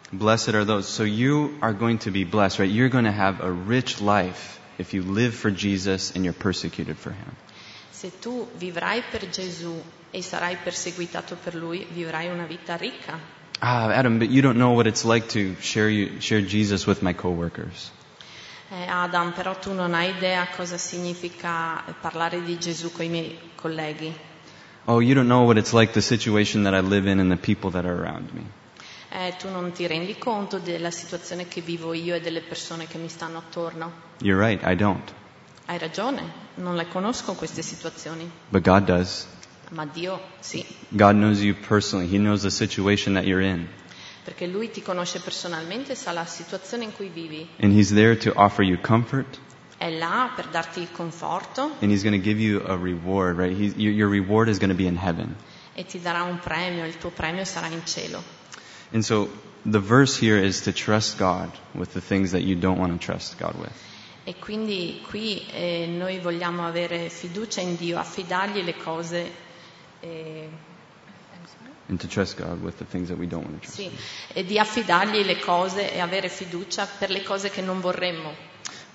S1: Blessed are those. So you are going to be blessed, right? You're going to have a rich life if you live for Jesus and you're persecuted for him.
S2: Se tu vivrai per Gesù e sarai perseguitato per Lui, vivrai una vita ricca.
S1: Ah, Adam, but you don't know what it's like to share, you, share Jesus with my coworkers.
S2: Eh, Adam, però tu non hai idea cosa significa eh, parlare di Gesù con i miei colleghi.
S1: Oh, you don't know what it's like the situation that I live in and the people that are around me.
S2: Eh, tu non ti rendi conto della situazione che vivo io e delle persone che mi stanno attorno.
S1: You're right, I don't.
S2: Hai ragione, non le conosco queste situazioni,
S1: But God does.
S2: ma Dio sì,
S1: God knows you personally. He knows the situation that you're in.
S2: perché Lui ti conosce personalmente, sa la situazione in cui vivi.
S1: And He's there to offer you comfort,
S2: è là per darti il conforto
S1: and he's going to give you a reward, right? He's, your, your reward is going to be in heaven.
S2: e ti darà un premio, il tuo premio sarà in cielo.
S1: And so the verse here is to trust God with the things that you don't want to trust God with.
S2: E quindi qui eh, noi vogliamo avere fiducia in Dio, affidargli le cose eh,
S1: and to trust God with the things that we don't want to trust.
S2: sì, e di affidargli le cose e avere fiducia per le cose che non vorremmo.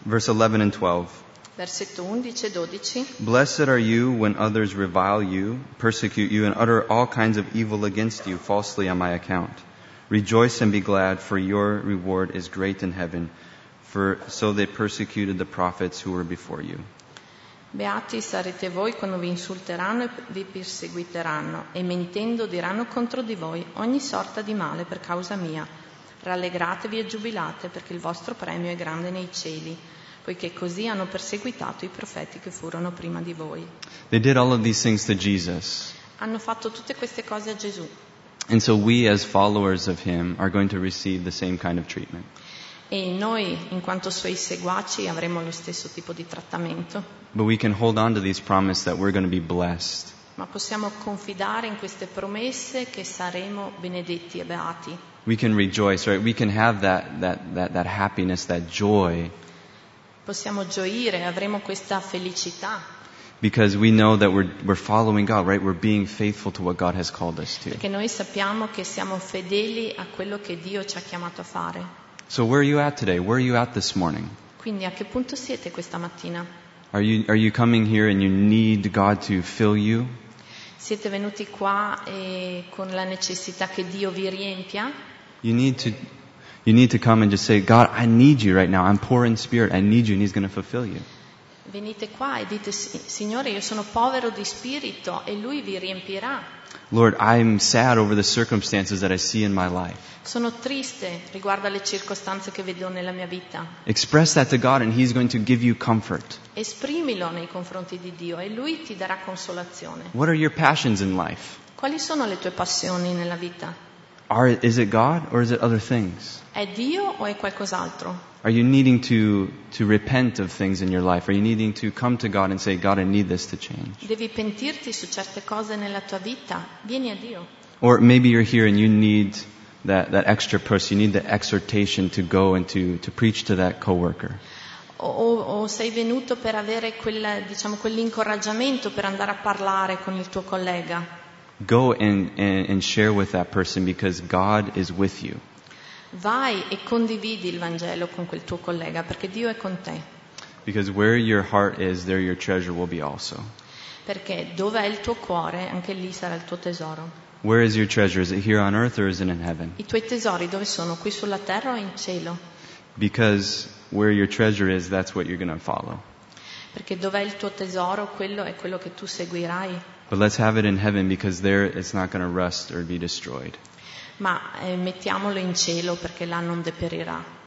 S1: Verse 11 and 12.
S2: Versetto 11 e 12.
S1: Blessed are you when others revile you, persecute you, and utter all kinds of evil against you falsely on my account. Rejoice and be glad, for your reward is great in heaven. For so they persecuted the prophets who were before you.
S2: Beati sarete voi quando vi insulteranno e vi perseguiteranno e mentendo diranno contro di voi ogni sorta di male per causa mia. Rallegratevi e giubilate perché il vostro premio è grande nei cieli, poiché così hanno perseguitato i profeti che furono prima di voi.
S1: They did all of these things to Jesus.
S2: Hanno fatto tutte queste cose a Gesù
S1: And so we, as followers of him, are going to receive the same kind of treatment.
S2: e noi, in quanto suoi seguaci, avremo lo stesso tipo di trattamento,
S1: But we can hold on to these promises that we're going to be blessed.
S2: ma possiamo confidare in queste promesse che saremo benedetti e beati.
S1: We can rejoice, right? We can have that, that, that, that happiness, that joy,
S2: Possiamo gioire, avremo questa felicità
S1: because we know that we're, we're following God, right? We're being faithful to what God has called us to.
S2: Perché noi sappiamo che siamo fedeli a quello che Dio ci ha chiamato a fare.
S1: So where are you at today? Where are you at this morning?
S2: Quindi a che punto siete questa mattina?
S1: Are you, are you coming here and you need God to fill you?
S2: Siete venuti qua eh, con la necessità che Dio vi riempia?
S1: You need to, you need to come and just say, God, I need you right now. I'm poor in spirit. I need you and He's going to fulfill you.
S2: Venite qua e dite, "Sì, Signore, io sono povero di spirito e Lui vi riempirà.
S1: Lord, I'm sad over the circumstances that I see in my life.
S2: Sono triste riguardo alle circostanze che vedo nella mia vita.
S1: Express that to God and He's going to give you comfort.
S2: Esprimilo nei confronti di Dio e Lui ti darà consolazione.
S1: What are your passions in life?
S2: Quali sono le tue passioni nella vita?
S1: Are, is it God or is it other things?
S2: È Dio o è qualcos'altro?
S1: Are you needing to, to repent of things in your life? Are you needing to come to God and say, God, I need this to change?
S2: Devi pentirti su certe cose nella tua vita, vieni a Dio.
S1: Or maybe you're here and you need that, that extra push, you need the exhortation to go and to, to preach to that coworker.
S2: O, o- o sei venuto per avere quella- diciamo, quell'incoraggiamento per andare a parlare con il tuo collega.
S1: Go and, and, and share with that person because God is with you.
S2: Vai e condividi il Vangelo con quel tuo collega perché Dio è con te.
S1: Because where your heart is, there your treasure will be also.
S2: Perché dove è il tuo cuore, anche lì sarà il tuo tesoro.
S1: Where is your treasure? Is it here on earth or is it in heaven?
S2: I tuoi tesori dove sono? Qui sulla terra o in cielo?
S1: Because where your treasure is, that's what you're going to follow.
S2: Perché dov'è il tuo tesoro, quello è quello che tu seguirai.
S1: But let's have it in heaven because there it's not going to rust or be destroyed.
S2: Ma eh, mettiamolo in cielo perché là non deperirà.